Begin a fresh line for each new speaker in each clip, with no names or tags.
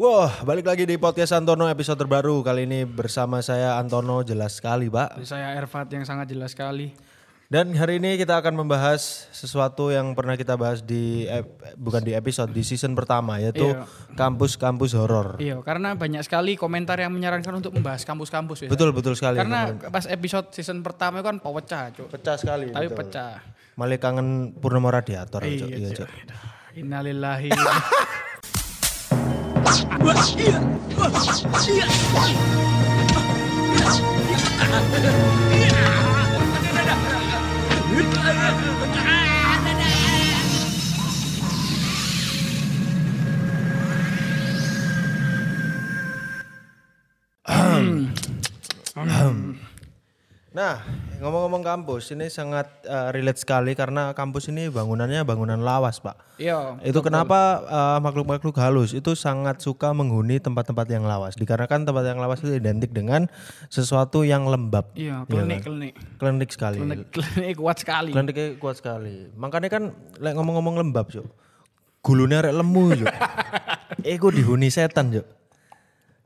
Wah, balik lagi di podcast Antono episode terbaru kali ini bersama saya Antono jelas sekali, Pak.
Dari saya Erfat yang sangat jelas sekali.
Dan hari ini kita akan membahas sesuatu yang pernah kita bahas di ep- bukan di episode di season pertama yaitu
Iya.
kampus-kampus horor.
Iya, karena banyak sekali komentar yang menyarankan untuk membahas kampus-kampus ya.
Betul betul sekali.
Karena pas episode season pertama itu kan pecah, Cuk.
pecah sekali.
Tapi
Iya, betul.
pecah.
Malah kangen Purnama Radiator, Cok. Iya, Cok.
Innalillahi. Iya.
Nah, ngomong-ngomong kampus, ini sangat eh, relate sekali karena kampus ini bangunannya bangunan lawas, Pak.
Iya.
Itu kenapa uh, makhluk-makhluk halus itu sangat suka menghuni tempat-tempat yang lawas. Dikarenakan tempat yang lawas itu identik dengan sesuatu yang lembab.
Iya,
kan?
klinik-klinik.
Klinik sekali.
Klinik kuat sekali.
Kliniknya kuat sekali. Makanya kan lek ngomong-ngomong lembab, Cuk. Gulune rek lemu, Cuk. Iku dihuni setan, Cuk.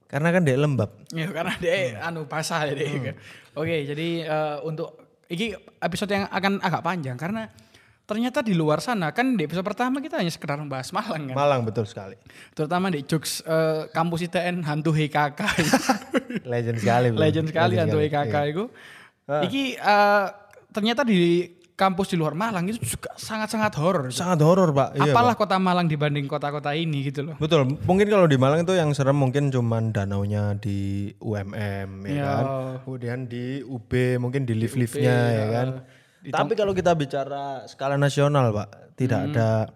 Karena kan dia lembab.
Iya, karena dia anu basah ya dia.
Iya.
Oke, jadi eh, untuk ini episode yang akan agak panjang karena ternyata di luar sana kan di episode pertama kita hanya sekedar membahas Malang kan.
Malang betul sekali.
terutama di jokes eh, kampus ITN hantu HKK
Legend sekali. iya. Ah. Bro.
legend sekali hantu HKK itu iki eh, ternyata di kampus di luar Malang itu juga sangat-sanget horor
Sangat horor, Pak. Iya,
apalah kota Malang dibanding kota-kota ini gitu loh
Betul, mungkin kalau di Malang itu yang serem mungkin cuman danaunya di UMM ya
Iya.
kan. Kemudian di UB mungkin di lift-liftnya ya kan. Tapi kalau kita bicara skala nasional, Pak, tidak ada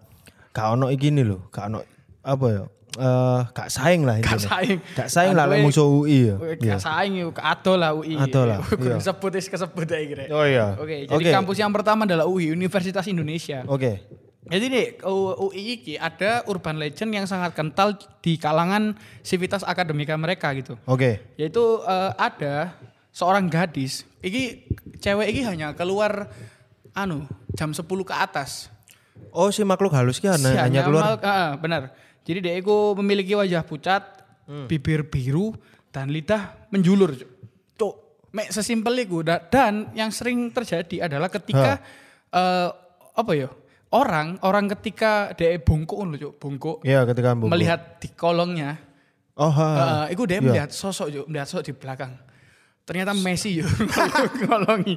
gak ono iki nih loh, gak ono apa ya? Eh, gak saing lah
gak
ini.
saing eh.
Gak saing lah lek musuh UI ya.
Weh, gak saing yuk atol lah UI
Atol lah, iya.
kesebut is kesebut aja kira
Oh iya.
Oke, jadi kampus yang pertama adalah UI, Universitas Indonesia.
Oke.
Jadi nih U- UI iki ada urban legend yang sangat kental di kalangan sivitas akademika mereka gitu.
Oke.
Yaitu eh, ada seorang gadis, iki cewek iki hanya keluar anu jam 10 ke atas.
Oh si makhluk halus ki hanya,
Si
hanya Nah, keluar.
mal- ah, ah, benar. Jadi dia iku memiliki wajah pucat,
Hmm.
bibir biru dan lidah menjulur. Cuk. Cuk, mek sesimpel iku Da- dan yang sering terjadi adalah ketika eh, apa ya? Orang orang ketika dia bungkuk ngono lho, Cuk, bungkuk
Iya, ketika Mbok.
melihat di kolongnya.
Oh, ha.
Heeh, iku dia melihat sosok yuk, melihat sosok di belakang. Ternyata Messi yuk ngolongi.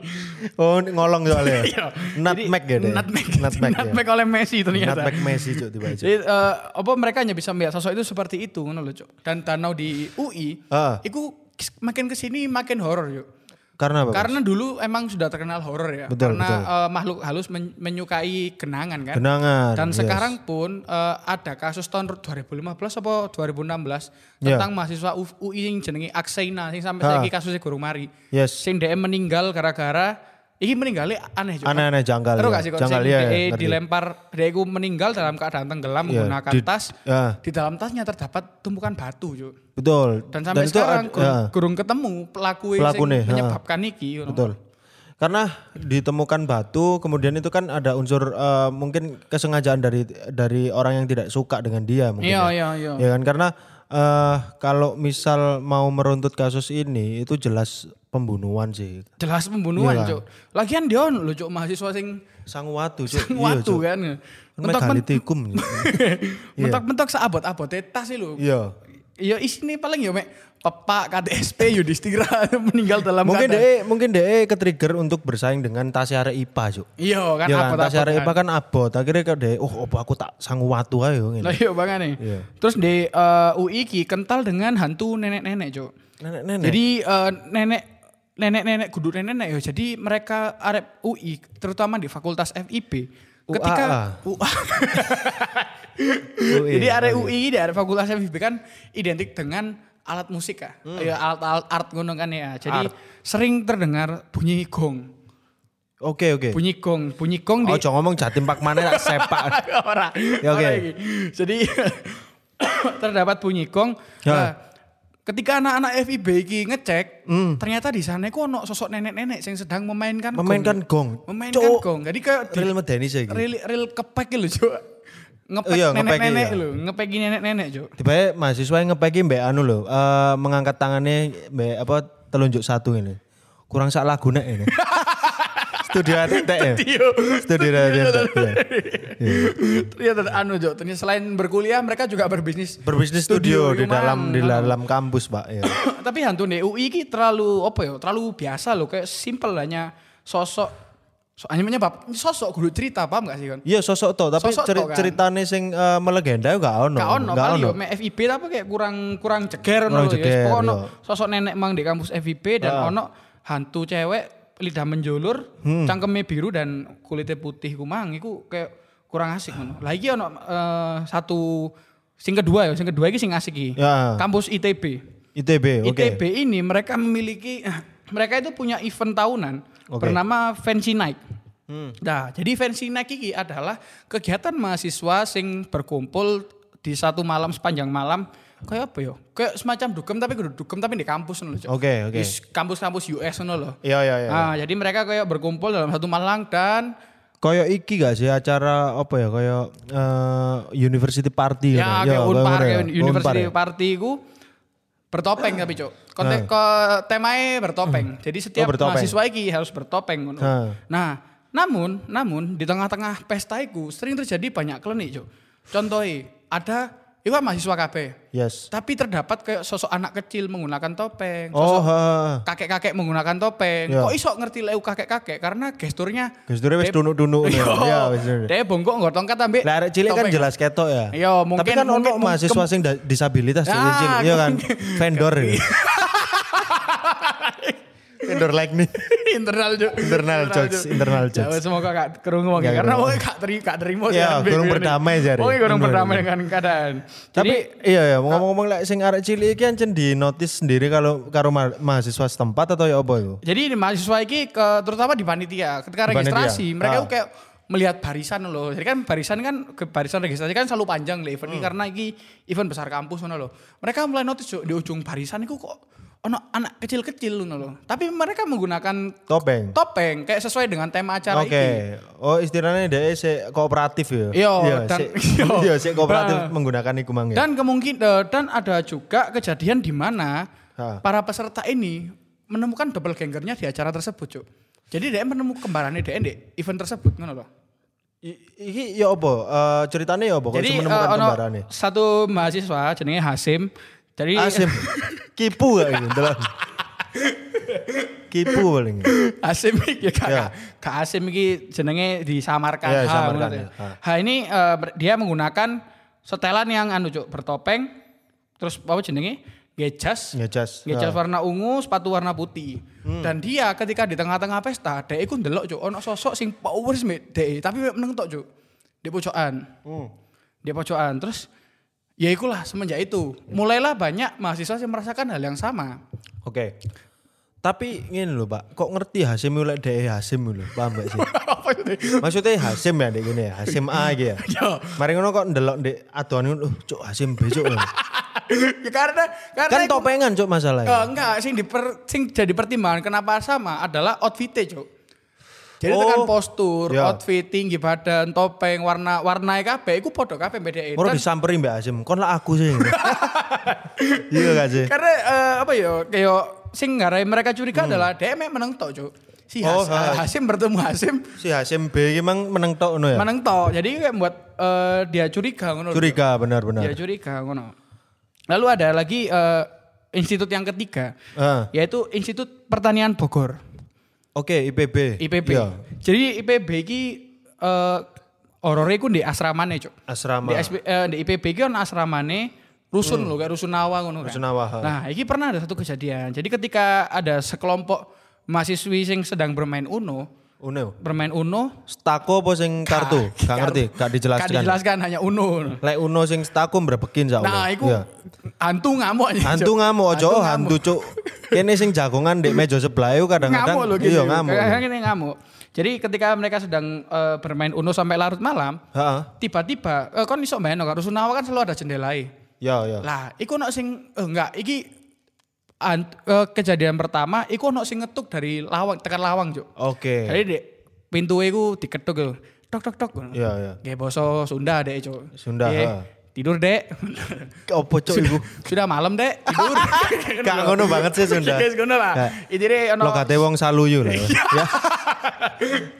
oh ngolong soalnya.
Iya.
Nutmeg
Jadi,
ya deh.
Nutmeg.
Nutmeg. ya.
Nutmeg oleh Messi ternyata.
Nutmeg Messi cuk tiba-tiba.
Jadi eh, apa mereka hanya bisa melihat sosok itu seperti itu ngono lho, Cuk. Dan danau di UI
Ah.
iku kis- makin kesini makin horor yuk.
Karena apa?
Karena dulu emang sudah terkenal horor ya.
Betul,
Karena
betul.
eh, makhluk halus men- menyukai genangan kan.
Genangan.
Dan
Ah, yes.
sekarang pun eh, ada kasus tahun 2015 apa 2016
Ya.
tentang mahasiswa U- UI yang jenenge Akseina sing sampai
Ha.
saiki kasusnya guru mari.
Yes.
Sing dhek meninggal gara-gara iki meninggalnya aneh juga.
Aneh-aneh janggal.
Terus
ya.
gak sih kok
janggal
sing
ya.
dhek
ngerti.
dilempar dhek iku meninggal dalam keadaan tenggelam
Iya,
menggunakan
di-
tas.
ah,
Di dalam tasnya terdapat tumpukan batu, Cuk.
betul.
Dan sampai
itu ad-
sekarang kurung,
ya,
kurung ketemu pelaku yang
Pelakune, ha.
menyebabkan iki. you know.
betul. Karena ditemukan batu, kemudian itu kan ada unsur eh, mungkin kesengajaan dari dari orang yang tidak suka dengan dia mungkin.
Iya,
ya.
iya, iya.
Ya kan karena eh, kalau misal mau meruntut kasus ini itu jelas pembunuhan sih.
Jelas pembunuhan, Cuk. Lagian dia ono lho, Cuk, mahasiswa sing
Sanguwatu, Cuk.
Sang
Iya,
watu
Cuk.
kan. Mentok
Megalitikum. Cuk.
mentok seabot-abot tas sih lu.
Iya.
Ya isine paling ya mek pepak KDSP Yudhistira ya, meninggal dalam
Mungkin
keadaan-
deh, mungkin deh ketrigger untuk bersaing dengan Tasya IPA, Cuk.
Iya kan
Iya kan,
abot-abot.
tas arek IPA kan abot. Akhirnya kau deh, oh apa aku tak sanggup watu ayo
Lah
ngene.
iya bangane.
Iya.
Terus di eh, UI ki kental dengan hantu nenek-nenek, Cuk.
Nenek-nenek.
Jadi eh, nenek nenek-nenek kudu nenek-nenek ya. Jadi mereka arep UI terutama di Fakultas FIB ketika
Oh, iya.
Jadi area UI di area Fakultas FIB kan identik dengan alat musik ya.
Hmm.
Ya alat, alat art ngono kan ya. Jadi sering terdengar bunyi gong.
Oke oke.
Bunyi gong, bunyi gong
Oh,
di
jangan ngomong jatim pak mana tak sepak.
ora.
Ya, oke.
ora iki. Jadi terdapat bunyi gong.
Ya.
Nah, ketika anak-anak FIB iki ngecek, ternyata di sana iku ono sosok nenek-nenek yang sedang memainkan gong.
Memainkan gong.
Memainkan
Cuk.
gong. Jadi kayak di-
Real medeni sih. iki.
real real kepek gitu Cuk. ngepek
Iya, ngepeki,
nenek-nenek
iya.
lho, ngepeki nenek-nenek, Cuk.
Tiba-tiba mahasiswa yang ngepeki mbak anu loh, eh, mengangkat tangannya mbak apa telunjuk satu ini. Kurang sak lagu nek ini. Studio tetek ya. Studio tetek. ya.
Ternyata anu, Cuk. Ternyata selain berkuliah, mereka juga berbisnis.
Berbisnis studio, di
Studio,
dalam di
emang.
dalam kampus, Pak. Ya.
Tapi hantu nih UI ki terlalu apa ya? Terlalu biasa loh, kayak simple hanya sosok so, hanya menyebab sosok guru cerita paham gak sih kan?
Iya sosok to, tapi
Sosok
ceri-
to, kan?
ceritane sing eh, melegenda gak ono.
Gak ono
gak
kali
ono.
yo mek FIB tapi kayak kurang kurang
Kurang
jeger ono lho ya.
jeger,
Pokok ono
iya. Ah.
sosok nenek mang di kampus FIB dan ono hantu cewek lidah menjulur,
Hmm.
cangkemnya biru dan kulitnya putih kumang iku kayak kurang asik ngono. Lah iki ono eh, satu sing kedua ya, sing kedua iki sing asik iki.
Ya.
Kampus ITB.
ITB, oke.
ITB ini mereka memiliki mereka itu punya event tahunan
Oke. Hmm.
bernama Fancy Night. Nah, jadi Fancy Night ini adalah kegiatan mahasiswa sing berkumpul di satu malam sepanjang malam kayak apa ya? Kayak semacam dugem tapi kudu dugem tapi di kampus ngono lho. Cok.
Oke, oke.
Di s- kampus-kampus US ngono lho.
Iya, iya, iya.
Nah, jadi mereka kayak berkumpul dalam satu malam dan
Kayak iki gak sih acara apa ya kayak eh, university party gitu.
ya kayak
Yo,
Unpar,
ngono ya.
kayak
Unpar
University
ya? Nah.
Party ku bertopeng tapi cok konten ke temanya bertopeng jadi setiap
Oh, bertopeng.
mahasiswa iki harus bertopeng ngono.
Heeh.
nah namun namun di tengah-tengah pesta iku sering terjadi banyak klenik cok contohnya ada iwa mahasiswa KB
Yes.
tapi terdapat kayak sosok anak kecil menggunakan topeng
Oh,
sosok
ha, ha.
kakek-kakek menggunakan topeng
Ya.
kok isok ngerti leu kakek-kakek karena gesturnya
Gesturnya wis
Dep-
dunuk-dunuk
Yo,
ngono. Iya, wis dunuk.
dia bongkok nggak tongkat ambil
Lah arek cilik kan
topeng.
jelas ketok ya.
Iya, mungkin-
Tapi kan ono
mungkin-
mahasiswa sing da- disabilitas ya,
Ah,
cilik, iya kan. Vendor ya. Vendor like nih.
internal jo-
Internal jokes, internal jokes.
Ya, semoga gak kerungu wong
Gak
ya, karena
kerungu.
wong gak terima gak terima
Iya, kurang berdamai jare.
Wong kurang
Bener,
berdamai
bener.
dengan keadaan. Jadi
Tapi iya ya, ngomong-ngomong lek sing arek cilik iki ancen di notice sendiri kalau karo ma- mahasiswa setempat atau ya apa itu?
jadi ini mahasiswa iki ke, terutama di panitia ketika
Di
registrasi
panitia,
mereka
ah.
itu kayak melihat barisan loh. Jadi kan barisan kan ke barisan registrasi kan selalu panjang lah event
Hmm.
ini karena iki event besar kampus ngono loh. Mereka mulai notice Jo, di ujung barisan itu kok ono anak kecil-kecil ngono loh. Tapi mereka menggunakan
Topeng.
topeng kayak sesuai dengan tema acara
Oke.
iki.
Oh, istilahnya dia sik kooperatif ya.
Iya, dan-
sik-
iya.
Iya, sik kooperatif
Nah.
menggunakan iku mang ya.
Dan kemungkinan dan ada juga kejadian di mana
Ha.
para peserta ini menemukan double gangernya di acara tersebut, Cuk. Jadi dia menemukan kembarannya dia di event tersebut ngono
Oh,
loh.
I- Iki ya apa? Eh, ceritanya ya apa? Kok
Jadi
iso menemukan
eh, ono
kembarane.
satu mahasiswa jenenge Hasim. Jadi
Asim. Kipu gak ini? Ndelok. Kipu paling.
Hasim iki ya Kak.
Ya.
Kak Hasim iki jenenge disamarkan.
Ya,
Ha,
disamarkan,
ngono
ya.
ya. Ha, ini eh, ber- dia menggunakan setelan yang anu, Cuk, bertopeng terus apa jenenge? Gejas.
Ngejas.
Ngejas warna ungu, sepatu warna putih. Dan dia ketika di tengah-tengah pesta, dia iku ndelok cuk, ono sosok sing power smith dia, tapi mek meneng tok cuk. Di pojokan. Di pojokan. Terus ya ikulah semenjak itu, mulailah banyak mahasiswa yang merasakan hal yang sama.
Oke. Tapi ngene lho, Pak. Kok ngerti Hasim mulai dhek Hasim lho, paham gak sih?
Apa itu?
Maksudnya Hasim ya dek gini ya, Hasim A gitu ya.
Ya.
Mari ngono kok ndelok dek aduan ngono, "Uh, cuk Hasim besok lho.
ya karena karena
Kan
iku-
topengan cuk masalahnya.
Eh, enggak, sing diper sing jadi pertimbangan kenapa sama adalah outfitnya cuk. Jadi
Oh.
tekan postur,
Ya.
outfit, tinggi badan, topeng, warna warna kabeh iku podo kabeh bedeke.
Moro
Dan-
disamperin Mbak Hasim, kon lah aku sih. Iya gak sih?
Karena eh, apa ya kayak sing ngarai mereka curiga adalah dia emang meneng tok, Cuk. Si
Oh,
Has-
ha.
Hasim bertemu Hasim
Si Hasim B ini emang meneng tok ngono ya.
meneng tok. Jadi kayak buat eh, dia curiga ngono. lho.
Curiga
Dia
benar-benar.
curiga ngono. Lalu ada lagi eh, institut yang ketiga
Eh,
yaitu Institut Pertanian Bogor,
Oke, IPB.
IPB.
Iya.
Jadi IPB iki eh horornya ku di asramane, Cuk.
Asrama.
Di, SP, eh, di IPB iki ono asramane rusun lho, kayak rusun Nawa ngono kan.
Rusunawa, ha.
Nah, iki pernah ada satu kejadian. Jadi ketika ada sekelompok mahasiswi yang sedang bermain Uno,
Uno.
bermain Uno,
Stako apa sing kartu? Gak ngerti, gak
gak
dijelaskan.
dijelaskan hanya Uno.
Lek Uno sing stako mrebekin sak
Nah,
Uno.
iku
Oh, Iya.
hantu ngamuk aja. Cuk.
Hantu ngamuk ojo
Hantu
oh, hantu cuk. Kene sing jagongan di meja sebelah iku kadang-kadang
ngamuk loh gitu.
iya ngamuk.
Kadang-kadang ini ngamuk. Jadi ketika mereka sedang eh, bermain Uno sampai larut malam,
Heeh.
tiba-tiba eh, kan iso main no, kan Rusunawa kan selalu ada jendelai.
Ya ya.
Lah, iku ono sing eh, enggak, iki ant- eh, kejadian pertama iku ono sing ngetuk dari lawang, tekan lawang, Juk.
Oke.
Jadi di pintu iku diketuk gitu. tok tok tok.
Iya, iya.
Kayak boso Sunda dek, Cuk.
Sunda,
Iya.
ha.
Tidur, Dek.
Opo cuk iku?
Sudah malam, Dek. Tidur.
Gak ngono banget sih Sunda.
Guys, ngono
Gak.
lah. Intine ono
Lokate wong saluyu lah. Ya.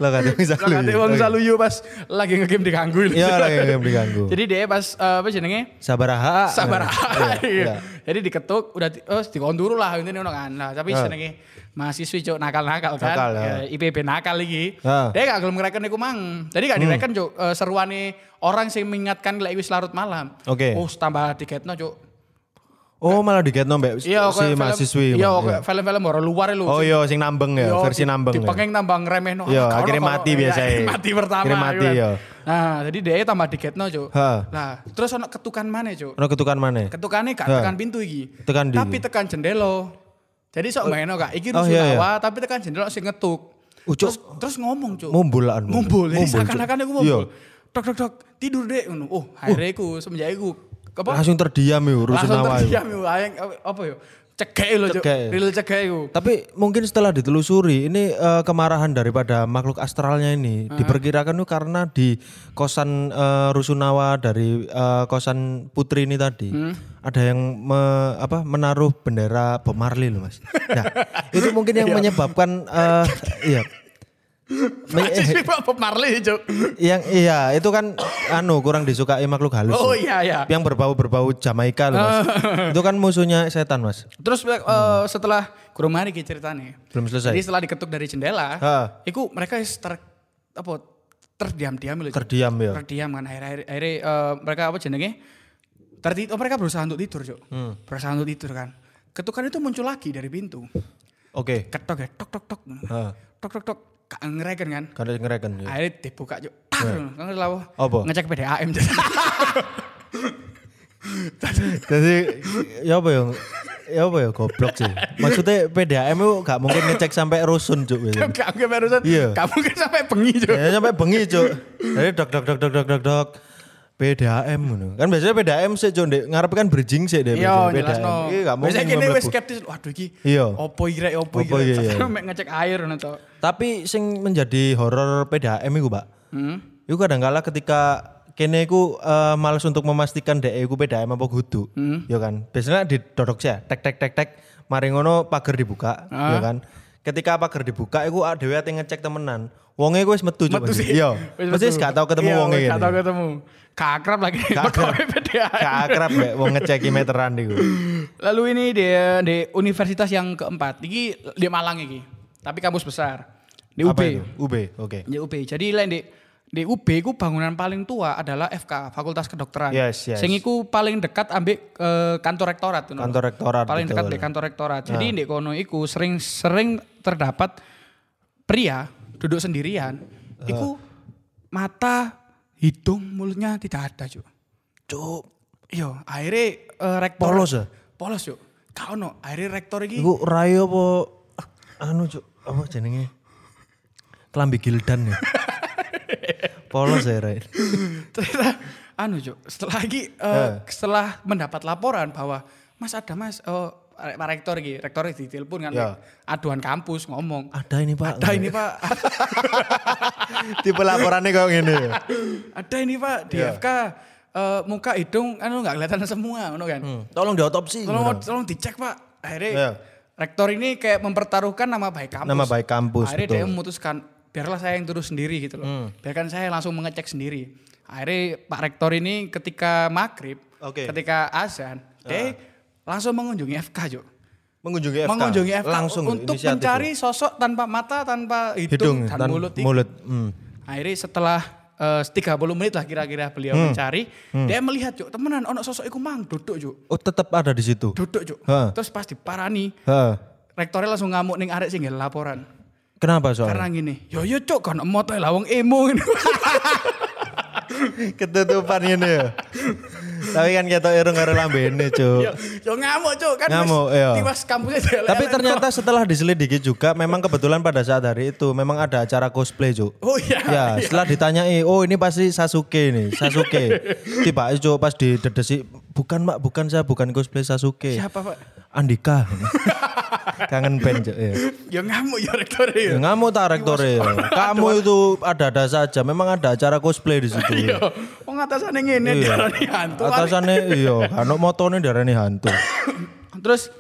Lokate wong saluyu.
Lah Iya. kate wong
Oke.
saluyu pas lagi ngegame diganggu. lho.
Iya, lagi ngegame diganggu.
Jadi dia pas eh, apa jenenge?
Sabaraha.
Sabar.
Iya.
Iya. Jadi diketuk udah di- oh dikonduru lah intine ono kan. Lah tapi jenenge mahasiswi cuk nakal-nakal kan.
Iya. Nakal, ya.
Ya, IPB nakal iki.
Ah.
Dia gak gelem ngereken iku mang. Jadi
Hmm.
gak direken cuk eh, seruane orang sing mengingatkan lek wis larut malam.
Oke.
Oh tambah tiketno cuk.
Oh, malah digetno mbak si
Iya, kayak film-
mahasiswi.
Iya,
Mbak.
kayak film-film horor luar lho.
Oh iya sing nambeng ya,
Yo,
versi
di-
nambeng. ya.
Dipengeng nambah ngremehno.
Yo,
Ah, kalau-
akhirnya
kalau-
mati
iya,
biasanya.
akhirnya Mati pertama.
Akhirnya mati,
gitu kan.
yo.
Nah, jadi dia tambah diketno, Cuk.
Ha.
Nah, terus ono ketukan mana, Cuk?
Ono ketukan mana?
Ketukane gak
Ha.
tekan pintu iki.
Tekan di-
Tapi tekan jendela. Jadi sok bayangno gak iki
Oh,
rusuh
iya, iya.
lawa, tapi tekan jendela sing ngetuk.
Uh, Cuk.
Terus terus ngomong, Cuk.
Mumbul lah, mumbul.
Mumbul. Jadi
Mumbul, Cuk.
seakan-akan aku
Iya. Uh.
mumbul. Tok tok tok, tidur deh ngono. Oh, akhirnya iku semenjak iku apa?
Langsung terdiam ya, yo rusuh iya.
Langsung
nawa.
terdiam yo ayang apa yo? Cegek lho, Cuk.
Cegek.
Real cegek iku.
Tapi mungkin setelah ditelusuri ini eh, kemarahan daripada makhluk astralnya ini
Hmm.
diperkirakan tuh karena di kosan eh, Rusunawa dari eh, kosan Putri ini tadi
Hmm.
ada yang me- apa menaruh bendera Bob Marley loh Mas. Nah, itu mungkin yang
Iya.
menyebabkan eh, iya
Mahasiswi Pak Bob Marley, Cuk.
yang iya itu kan anu kurang disukai makhluk halus.
Oh
ya.
iya iya.
Yang berbau-berbau Jamaika loh Mas. itu kan musuhnya setan Mas.
Terus eh, setelah kurang mari ki ceritane.
Belum
Jadi
selesai.
setelah diketuk dari jendela,
Ha.
iku mereka is ter apa terdiam-diam lho. Cuk.
Terdiam ya.
Terdiam kan akhir-akhir akhirnya eh, mereka apa jenenge? Terti oh, mereka berusaha untuk tidur, Cuk.
Hmm.
Berusaha untuk tidur kan. Ketukan itu muncul lagi dari pintu.
Oke.
Ketok ya, tok tok tok.
Heeh.
Tok tok tok. Kak ngereken kan.
Karena ngereken ya.
Akhirnya dibuka yuk. Tar, kan lawo.
Iya. Apa? Iya.
Ngecek PDAM.
Jadi ya apa ya? Ya apa ya goblok sih. Maksudnya PDAM itu gak mungkin ngecek sampai rusun cuk gitu.
Kamu kayak barusan.
Iya.
Kamu kan sampai bengi juga.
Ya sampai bengi cuk. Jadi dok dok dok dok dok dok dok. PDAM ngono. Kan biasanya PDAM sih cuk Ndek. ngarep kan berjing sih deh.
Iya,
biasanya.
jelas no.
Iya gak mungkin.
Biasanya kene wis
mlebu.
skeptis, waduh iki.
Iya.
Opo iki rek, opo
Opo iki,
iki.
iya.
Sampai mek ngecek air ngono to.
Tapi sing menjadi horor PDAM iku, Pak.
Hmm?
Iku kadang kala ketika kene iku eh, males untuk memastikan dek iku PDAM apa kudu.
Hmm?
Ya kan. Biasanya didodok sih, ya, tek tek tek tek mari ngono pagar dibuka,
Ah.
ya kan. Ketika pagar dibuka iku awake dhewe ate ngecek temenan. Wonge iku wis metu
Metu
Mas.
sih.
Iya.
Wis
Mesti
metu.
gak tau ketemu
Iya,
wonge
wis
kene.
Gak tau ketemu. Gak akrab lagi.
Gak akrab.
Pegawai PDAM.
Gak akrab Mbak, wong ngeceki meteran iku.
Lalu ini di, di universitas yang keempat. Iki di Malang iki. Tapi kampus besar. Di UB.
Apa itu? UB. Oke.
Di UB. Jadi lain di di UB ku bangunan paling tua adalah FK, Fakultas Kedokteran.
Yes, yes.
Sing iku paling dekat ambek eh, kantor rektorat. ngono.
Kantor rektorat, gitu
Paling dekat
betul. Ah.
ambek kantor rektorat. Jadi di kono iku sering-sering terdapat pria duduk sendirian.
Ah.
Iku mata, hidung, mulutnya tidak ada, Cuk. Cuk. Iya, akhirnya eh, rektor
Polos ya?
Polos, Cuk. Kau no, akhirnya rektor iki
Iku rayo apa anu cuk apa jenenge? Klambi gildan ya. Polos ya Ray.
ternyata anu Jo, setelah lagi eh,
Ah.
setelah mendapat laporan bahwa Mas ada Mas eh, Pak Rektor gitu, Rektor ditelepon kan
Ya.
aduan kampus ngomong.
Ada ini Pak.
Ada ini Pak,
Tipe laporannya kok ngene ya.
ada ini Pak
Iya.
di FK eh, muka hidung anu nggak kelihatan semua ngono kan.
Hmm, Tolong diotopsi.
Tolong
ngono.
tolong dicek Pak. Akhirnya
Ya.
Rektor ini kayak mempertaruhkan nama baik kampus.
Nama baik kampus,
Akhirnya dia
betul. Hmm.
memutuskan biarlah saya yang turun sendiri gitu loh. Biarkan saya langsung mengecek sendiri. Akhirnya Pak Rektor ini ketika maghrib,
Oke. Ah.
ketika azan, dia langsung mengunjungi FK Jo.
Mengunjungi FK.
Mengunjungi FK
langsung
untuk
inisiatif ya.
mencari sosok tanpa mata, tanpa
hidung
hidung, dan
dan
mulut.
Mulut. Hmm.
Akhirnya setelah eh, 30 menit lah kira-kira beliau
Hmm.
mencari, dia melihat Jo, temenan ono sosok iku mang duduk Jo.
Oh tetap ada di situ.
Duduk Jo.
Ha.
Terus pas diparani,
Ha.
rektornya langsung ngamuk ning arek sing nggak laporan.
Kenapa soalnya?
Karena gini, yo yo cuk kan emot ae lah wong emo ngene.
Ketutupan ini ya. Tapi kan kita irung karo lambene cuk.
Yo, yo ngamuk cuk kan
Ngamuk, iya.
tiwas kampusnya jelek.
Tapi ternyata setelah diselidiki juga memang kebetulan pada saat hari itu memang ada acara cosplay Cuk.
Oh iya.
Ya, setelah ditanyai, oh ini pasti Sasuke nih, Sasuke. Tiba itu pas didedesi, bukan Pak, bukan saya, bukan cosplay Sasuke.
Siapa, Pak?
Andika. Kangen band Cuk, ya.
Ya ngamuk ya rektor
Ya
ya.
ngamuk tak rektore. Kamu itu ada-ada saja. Memang ada acara cosplay di situ.
Iya. Wong atasane
Iya.
ngene diarani hantu.
Atasannya iya, kanok motone darani hantu.
Terus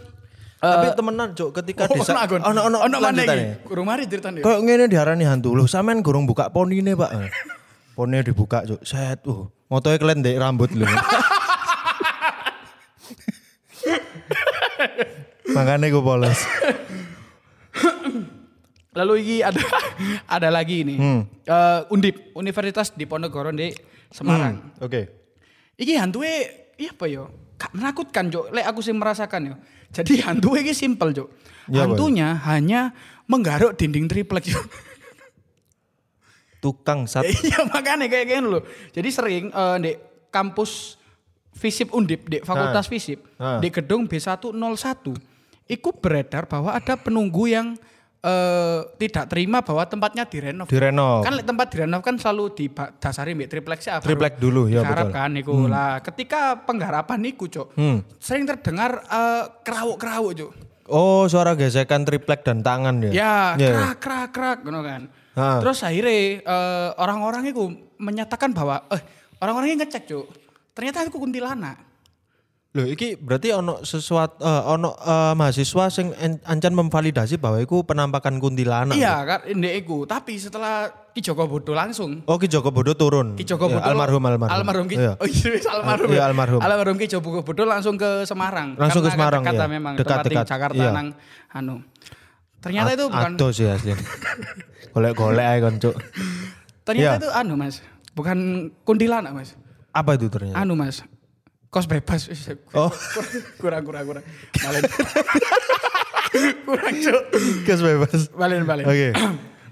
Tapi temenan, Cuk, ketika
Eh, oh,
desa
ono agon.
ono ya? ono
ono mana iki?
lanjutane.
Kurang mari ceritane.
Iya. Kayak ngene diarani hantu. Loh, sampean gurung buka ponine, Pak. Eh, Ponine dibuka, Cuk. Set. Uh, motoe kelen ndek rambut lho. Makanya gue polos.
Lalu iki ada ada lagi ini.
Hmm.
Eh, Undip, Universitas Diponegoro di Semarang.
Oke.
Iki hantuwe iya apa yo? Gak menakutkan, Cok. Lek aku sih merasakan yo. Jadi hantuwe iki simpel, Cok.
Iya, Pak.
Hantunya hanya menggaruk dinding triplek, Cok.
Tukang sat.
Ya iya makanya kayak gini loh. Jadi sering eh, di kampus Fisip Undip, di Fakultas Fisip,
Ha.
di gedung B101, itu beredar bahwa ada penunggu yang eh, tidak terima bahwa tempatnya direnov.
Direnov.
Kan lek tempat direnov kan selalu didasari mbek triplek ya.
Triplek dulu, ya, betul. Hmm.
Diharapkan iku. Lah, ketika penggarapan iku, Cok, sering terdengar eh, kerawuk-kerawuk, Cok.
Oh, suara gesekan triplek dan tangan ya.
Ya,
Iya.
krak krak krak ngono kan.
Ha.
Terus akhirnya eh, orang-orang itu menyatakan bahwa eh orang-orang ini ngecek, Cuk. Ternyata aku kuntilanak.
Loh, iki berarti ono sesuatu eh, ono eh, mahasiswa sing en- ancan memvalidasi bahwa iku penampakan kuntilanak.
Iya, kan ndek iku. Tapi setelah Ki Joko Bodo langsung
Oh, Ki Joko Bodo turun.
Ki Joko
Iya,
Bodo
almarhum almarhum.
Almarhum Ki.
Iya.
Oh iya, wis almarhum.
Iya,
ya.
almarhum.
Almarhum Ki Joko Bodo langsung ke Semarang.
Langsung ke
Karena kan
Semarang,
dekat
iya.
lah memang
Dekat,
tempat di
dekat.
Jakarta
Iya.
nang anu. Ternyata itu bukan
Aduh sih asli. Golek-golek ae kon, Cuk. Iya.
ternyata itu anu, Mas. Bukan kuntilanak, Mas.
Apa itu ternyata?
Anu, Mas. Kos bebas.
Iya. Oh.
kurang kurang kurang balen kurang cok
Kes bebas.
balen balen
Oke.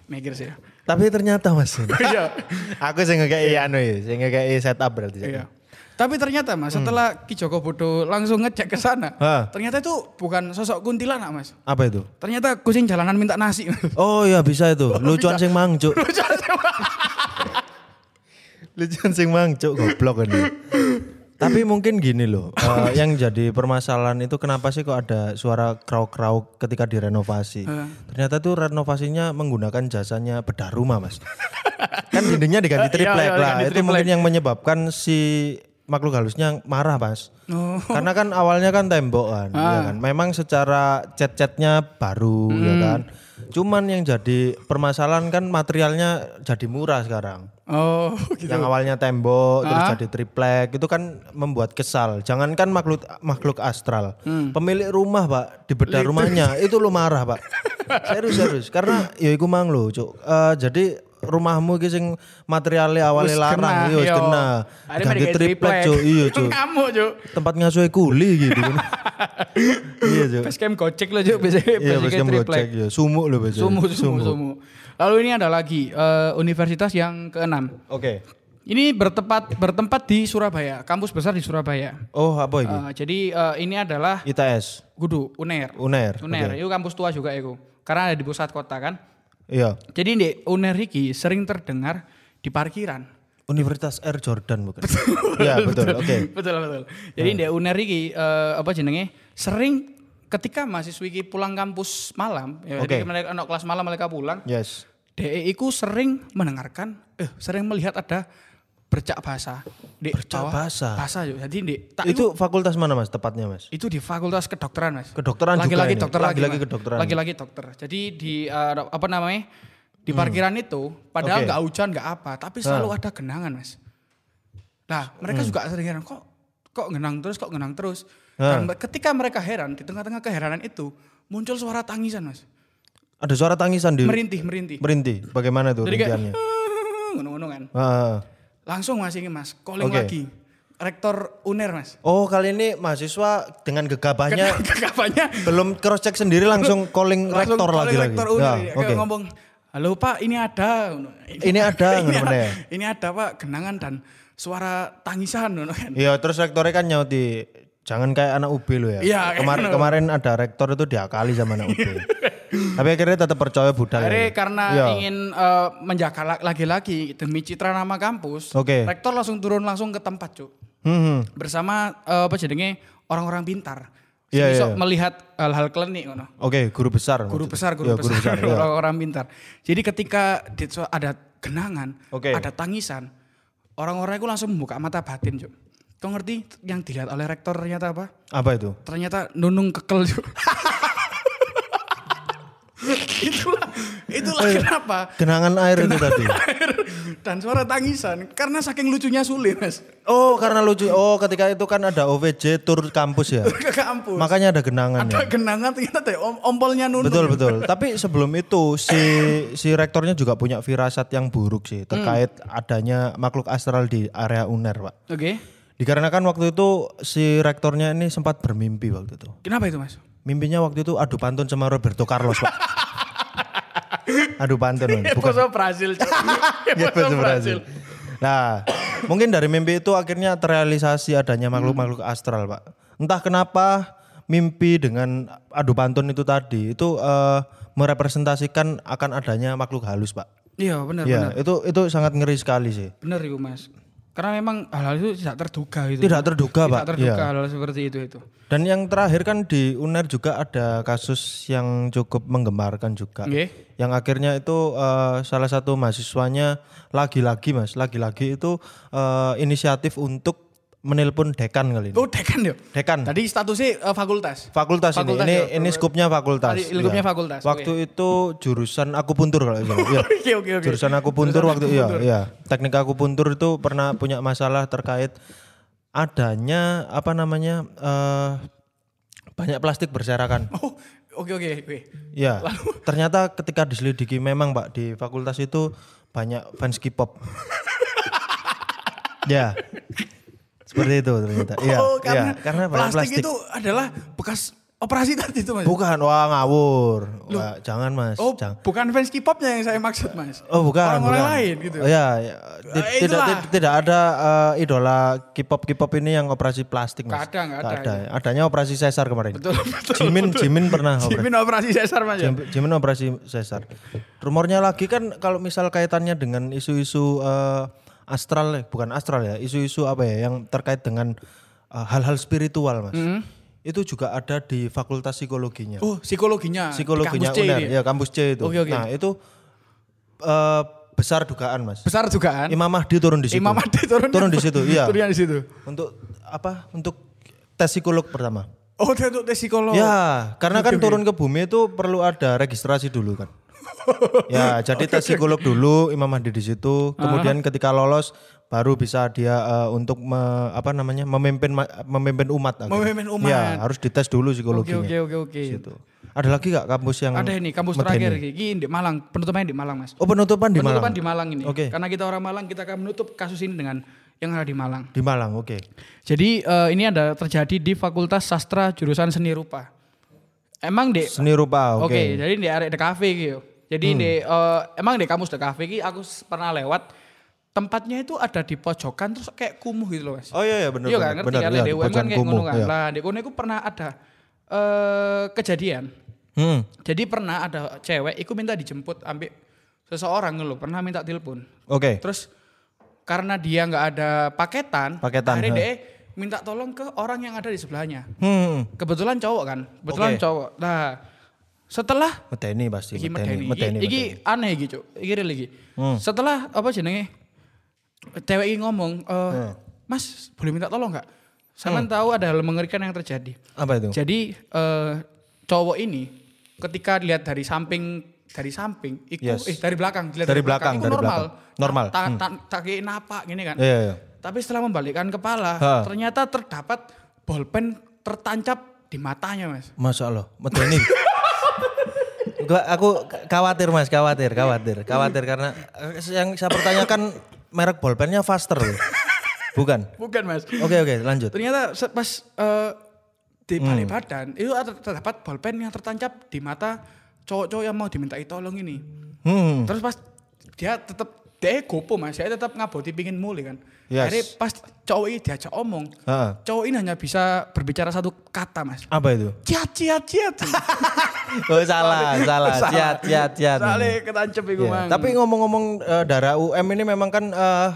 mikir sih ya.
Tapi ternyata Mas.
iya
Aku sing ngekeki anu ya, sing ngekeki setup berarti. Cuk.
iya tapi ternyata
Hmm.
mas setelah Ki Joko Bodo langsung ngecek ke sana
Ha.
ternyata itu bukan sosok kuntilanak mas
Apa itu?
ternyata kucing jalanan minta nasi
Oh iya bisa itu. Lucuan sing mang, Cuk.
lucu aja
Lucuan sing mang, Cuk, goblok kan ya? ini. Tapi mungkin gini loh, eh, yang jadi permasalahan itu kenapa sih kok ada suara krauk-krauk ketika direnovasi?
Eh.
Ternyata tuh renovasinya menggunakan jasanya bedah rumah, Mas. kan dindingnya diganti
Eh, iya,
triplek
iya,
lah.
diganti
Itu mungkin yang menyebabkan si makhluk halusnya marah, Mas.
Oh. Ah.
Karena kan awalnya kan tembok kan, ya kan. Memang secara cat-catnya baru, ya
Hmm.
kan. Cuman yang jadi permasalahan kan materialnya jadi murah sekarang.
oh gitu
Yang awalnya tembok terus jadi triplek itu kan membuat kesal. Jangankan makhluk makhluk astral, pemilik rumah pak di bedah rumahnya Hmm. itu lu marah pak. serius serius karena ya iku mang lo cuk. Eh, jadi rumahmu ki sing materialnya awalnya larang, iya wis kena. Ganti triplek cuk, iya cuk.
kamu cuk
Tempat ngasuhi kuli gitu. iya cuk.
Basecamp gocek lo cuk biasanya
Iya
basecamp
pas Iya, kamu
triplek.
cek ya, sumuk lo Pak, Cuk.
Sumu, sumu, sumu. Lalu ini ada lagi eh, universitas yang keenam.
Oke.
Ini bertempat bertempat di Surabaya, kampus besar di Surabaya.
Oh, apa iki?
Eh, jadi eh, ini adalah
ITS,
Gudu UNER.
UNER.
UNER itu kampus tua juga itu, karena ada di pusat kota kan.
Iya.
Jadi di UNER iki sering terdengar di parkiran.
Universitas Air Jordan bukan? Iya betul. Oke.
betul betul. Jadi di UNER iki eh, apa jenenge sering ketika mahasiswa iki pulang kampus malam, ya,
Oke.
jadi mereka anak kelas malam mereka pulang,
Yes.
DE iku sering mendengarkan, eh sering melihat ada bercak bahasa. Di
Bercak
bawah
basah?
Basah yuk. Jadi di tak itu,
itu fakultas mana mas? Tepatnya mas?
itu di Fakultas Kedokteran, Mas.
Kedokteran juga
Lagi-lagi
ini.
dokter lagi.
Lagi-lagi
Mas.
kedokteran.
Lagi-lagi dokter. Jadi di eh, apa namanya? Di parkiran itu
Hmm.
padahal
Oke.
nggak hujan, nggak apa, tapi selalu ada genangan, Mas. Nah,
Hmm.
mereka juga sering heran kok kok genang terus, kok genang terus.
Nah.
Dan ketika mereka heran, di tengah-tengah keheranan itu muncul suara tangisan, Mas.
Ada suara tangisan di
Merintih, merintih.
merintih. Bagaimana tuh
Jadi kayak
rintiannya?
ngono-ngono kan.
Ah.
Langsung mas ini mas, calling
Oke.
lagi. Rektor UNER mas.
Oh kali ini mahasiswa dengan gegabahnya
Kapannya?
belum cross check sendiri langsung calling
langsung
rektor
calling
lagi lagi.
Rektor UNER,
Ya,
ya.
Oke.
Kayak ngomong, halo pak ini ada.
Ini ada,
ini,
ngono ya?
ini ada pak, genangan dan suara tangisan. ngono kan.
Iya terus rektornya kan nyauti jangan kayak anak UB lo ya.
Iya, kayak
Kemarin
gitu.
kemarin ada rektor itu diakali sama anak UB. Tapi akhirnya tetap percaya budal.
Akhirnya
ya.
karena
Iya.
ingin eh, menjaga la- lagi-lagi demi citra nama kampus,
Oke.
rektor langsung turun langsung ke tempat cuk.
Hmm, hmm.
Bersama eh, apa jadinya orang-orang pintar.
Iya,
Besok
iya.
melihat hal-hal klinik ngono.
Oke, guru besar.
Guru
maksudnya.
besar,
Ya,
guru besar,
ya.
orang-orang pintar. Jadi ketika di- so- ada kenangan,
Oke.
ada tangisan, orang-orang itu langsung membuka mata batin, Cuk. Kau ngerti yang dilihat oleh rektor ternyata apa?
Apa itu?
ternyata nunung kekel Cuk. itulah itulah
Eh.
kenapa
Genangan air itu tadi.
dan suara tangisan karena saking lucunya sulit mas
Oh, karena lucu. Oh, ketika itu kan ada OVJ tour kampus ya.
ke kampus
Makanya ada genangan ya.
ada genangan ternyata teh om ompolnya nunung
Betul betul. Tapi sebelum itu si si rektornya juga punya firasat yang buruk sih terkait adanya makhluk astral di area UNER, Pak.
oke
Dikarenakan waktu itu si rektornya ini sempat bermimpi waktu itu.
kenapa itu mas
Mimpinya waktu itu adu pantun sama Roberto Carlos, Pak. adu pantun, Iya, bukan
Poso Brazil Cuk.
Gitu
Poso
berhasil. Nah, mungkin dari mimpi itu akhirnya terrealisasi adanya makhluk-makhluk astral, Pak. Entah kenapa mimpi dengan adu pantun itu tadi itu eh, merepresentasikan akan adanya makhluk halus, Pak.
iya benar
Ya,
benar
itu itu sangat ngeri sekali sih.
benar itu mas karena memang hal-hal itu tidak terduga itu
Tidak terduga, Pak.
tidak terduga
Iya.
hal-hal seperti itu itu
Dan yang terakhir kan di UNER juga ada kasus yang cukup menggemarkan juga.
Nggih.
yang akhirnya itu eh, salah satu mahasiswanya lagi-lagi mas lagi-lagi itu eh, inisiatif untuk menelpon dekan kali ini
itu dekan ya
dekan
tadi statusnya eh, fakultas
fakultas,
Fakultas
ini
ya,
ini ini skupnya fakultas
Tadi
Iya.
ilmunya fakultas,
waktu itu jurusan akupuntur kalau nggak salah. Iya.
oke oke oke
jurusan akupuntur waktu iya iya teknik akupuntur itu pernah punya masalah terkait adanya apa namanya eh, banyak plastik berserakan
oh oke oke oke
Ya, ternyata ketika diselidiki memang Pak di fakultas itu banyak fans K-pop. ya. Seperti itu ternyata. Iya.
oh,
iya,
karena,
karena banyak
plastik, itu adalah bekas operasi tadi itu mas.
Bukan, wah ngawur. Wah, jangan Mas,
oh,
jangan.
bukan fans K-popnya yang saya maksud mas.
Oh, bukan.
Orang-orang
bukan.
lain gitu.
Oh, ya, ya. Ti-
Eh,
Tidak,
itulah.
ti- tidak ada eh, idola K-pop K-pop ini yang operasi plastik Mas.
Nggak ada, nggak
Nggak
ada,
ada. Adanya operasi sesar kemarin.
Betul, betul,
Jimin
betul.
Jimin pernah operasi.
Jimin operasi sesar mas. ya?
Jam- Jamin operasi sesar. Rumornya lagi kan kalau misal kaitannya dengan isu-isu eh, astral eh, bukan astral ya, isu-isu apa ya yang terkait dengan eh, hal-hal spiritual, Mas. Itu juga ada di Fakultas Psikologinya.
Mm-hmm. Oh psikologinya.
Psikologinya
di kampus C
UNER,
ini ya?
ya kampus C itu.
Oke, oke.
Nah, itu eh, besar dugaan, Mas.
Besar juga kan.
Imam Mahdi turun di situ.
Imam Mahdi turun,
Turun di situ, iya.
Turun di situ.
Untuk apa? Untuk tes psikolog pertama.
Oh dia untuk tes psikolog.
Ya, karena kan turun ke bumi itu perlu ada registrasi dulu kan. ya, jadi tes psikolog dulu, Imam Mahdi di situ. Kemudian ketika lolos baru bisa dia eh, untuk me- apa namanya? memimpin ma- memimpin umat akhirnya.
Memimpin umat.
Ya, harus dites dulu
Oke
psikologinya.
oke oke oke.
Gitu. Ada lagi gak kampus yang
Ada ini kampus
medeni?
terakhir gini di Malang penutupannya di Malang mas.
Oh, penutupan di Malang.
Penutupan di Malang ini.
Oke.
Karena kita orang Malang kita akan menutup kasus ini dengan yang ada di Malang.
Di Malang, oke.
Jadi eh, ini ada terjadi di Fakultas Sastra jurusan Seni Rupa. Emang dek,
Seni rupa,
oke.
oke. Hmm.
jadi di area the cafe gitu. Jadi di eh, emang di kampus the cafe gitu, aku s- pernah lewat tempatnya itu ada di pojokan terus kayak kumuh gitu loh mas.
Oh iya iya benar.
iya kan, ngerti
benar,
kan?
iya, di
Lek, di UM kan
Pojokan
kayak ngono
Kumuh,
kan.
iya.
Lah di kono itu pernah ada eh, kejadian.
Hmm.
Jadi pernah ada cewek, iku minta dijemput ambil seseorang gitu loh, pernah minta telepon.
Oke.
Terus karena dia nggak ada paketan,
Paketan,
akhirnya
ha.
dia minta tolong ke orang yang ada di sebelahnya.
Hmm.
Kebetulan cowok kan, kebetulan
Oke.
cowok. Nah, setelah
Medeni pasti,
iki
medeni,
medeni,
medeni.
iki, iki
medeni.
aneh iki, Cuk. Iki real iki.
Hmm.
Setelah apa jenenge? Cewek ini ngomong, e,
Hmm.
"Mas, boleh minta tolong nggak? Saya tahu ada hal mengerikan yang terjadi."
Apa itu?
Jadi eh, cowok ini ketika dilihat dari samping dari samping, iku,
Yes.
eh dari belakang, dilihat
Dari belakang,
iku
dari
normal,
belakang. Normal, Hmm.
Tak tak tak kayak napak gini kan.
Iya, iya.
Tapi setelah membalikkan kepala,
Ha.
ternyata terdapat bolpen tertancap di matanya, Mas.
Masya Allah, medeni. Gua, aku k- khawatir mas, khawatir, khawatir, khawatir karena eh, yang saya pertanyakan merek bolpennya Faster, loh. bukan?
Bukan, Mas.
Oke oke, lanjut.
Ternyata se- pas eh, di
Hmm.
balik badan itu ada- terdapat bolpen yang tertancap di mata cowok-cowok yang mau dimintai tolong ini.
Hmm,
Terus pas dia tetap dia gopo mas, dia tetap ngaboti pingin muli kan.
Yes.
Akhirnya pas cowok ini diajak omong,
Ha.
cowok ini hanya bisa berbicara satu kata mas.
apa itu?
Ciat, ciat, ciat.
Oh salah, salah, ciat, ciat, ciat.
Soalnya ketancep itu
Iya,
mang.
Tapi ngomong-ngomong eh, darah UM ini memang kan eh,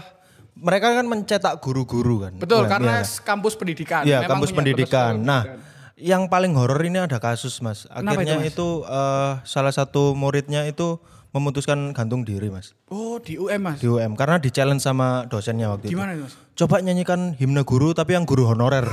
mereka kan mencetak guru-guru kan.
Betul,
UM,
karena
iya.
kampus pendidikan.
Iya,
memang
kampus
punya
pendidikan.
kampus
Nah, Yang paling horor ini ada kasus mas.
Kenapa
Akhirnya
itu, Mas?
itu, eh, salah satu muridnya itu memutuskan gantung diri mas
Oh, di UM, Mas.
di UM karena di challenge sama dosennya waktu itu.
Gimana itu, Mas?
Coba nyanyikan himne guru tapi yang guru honorer.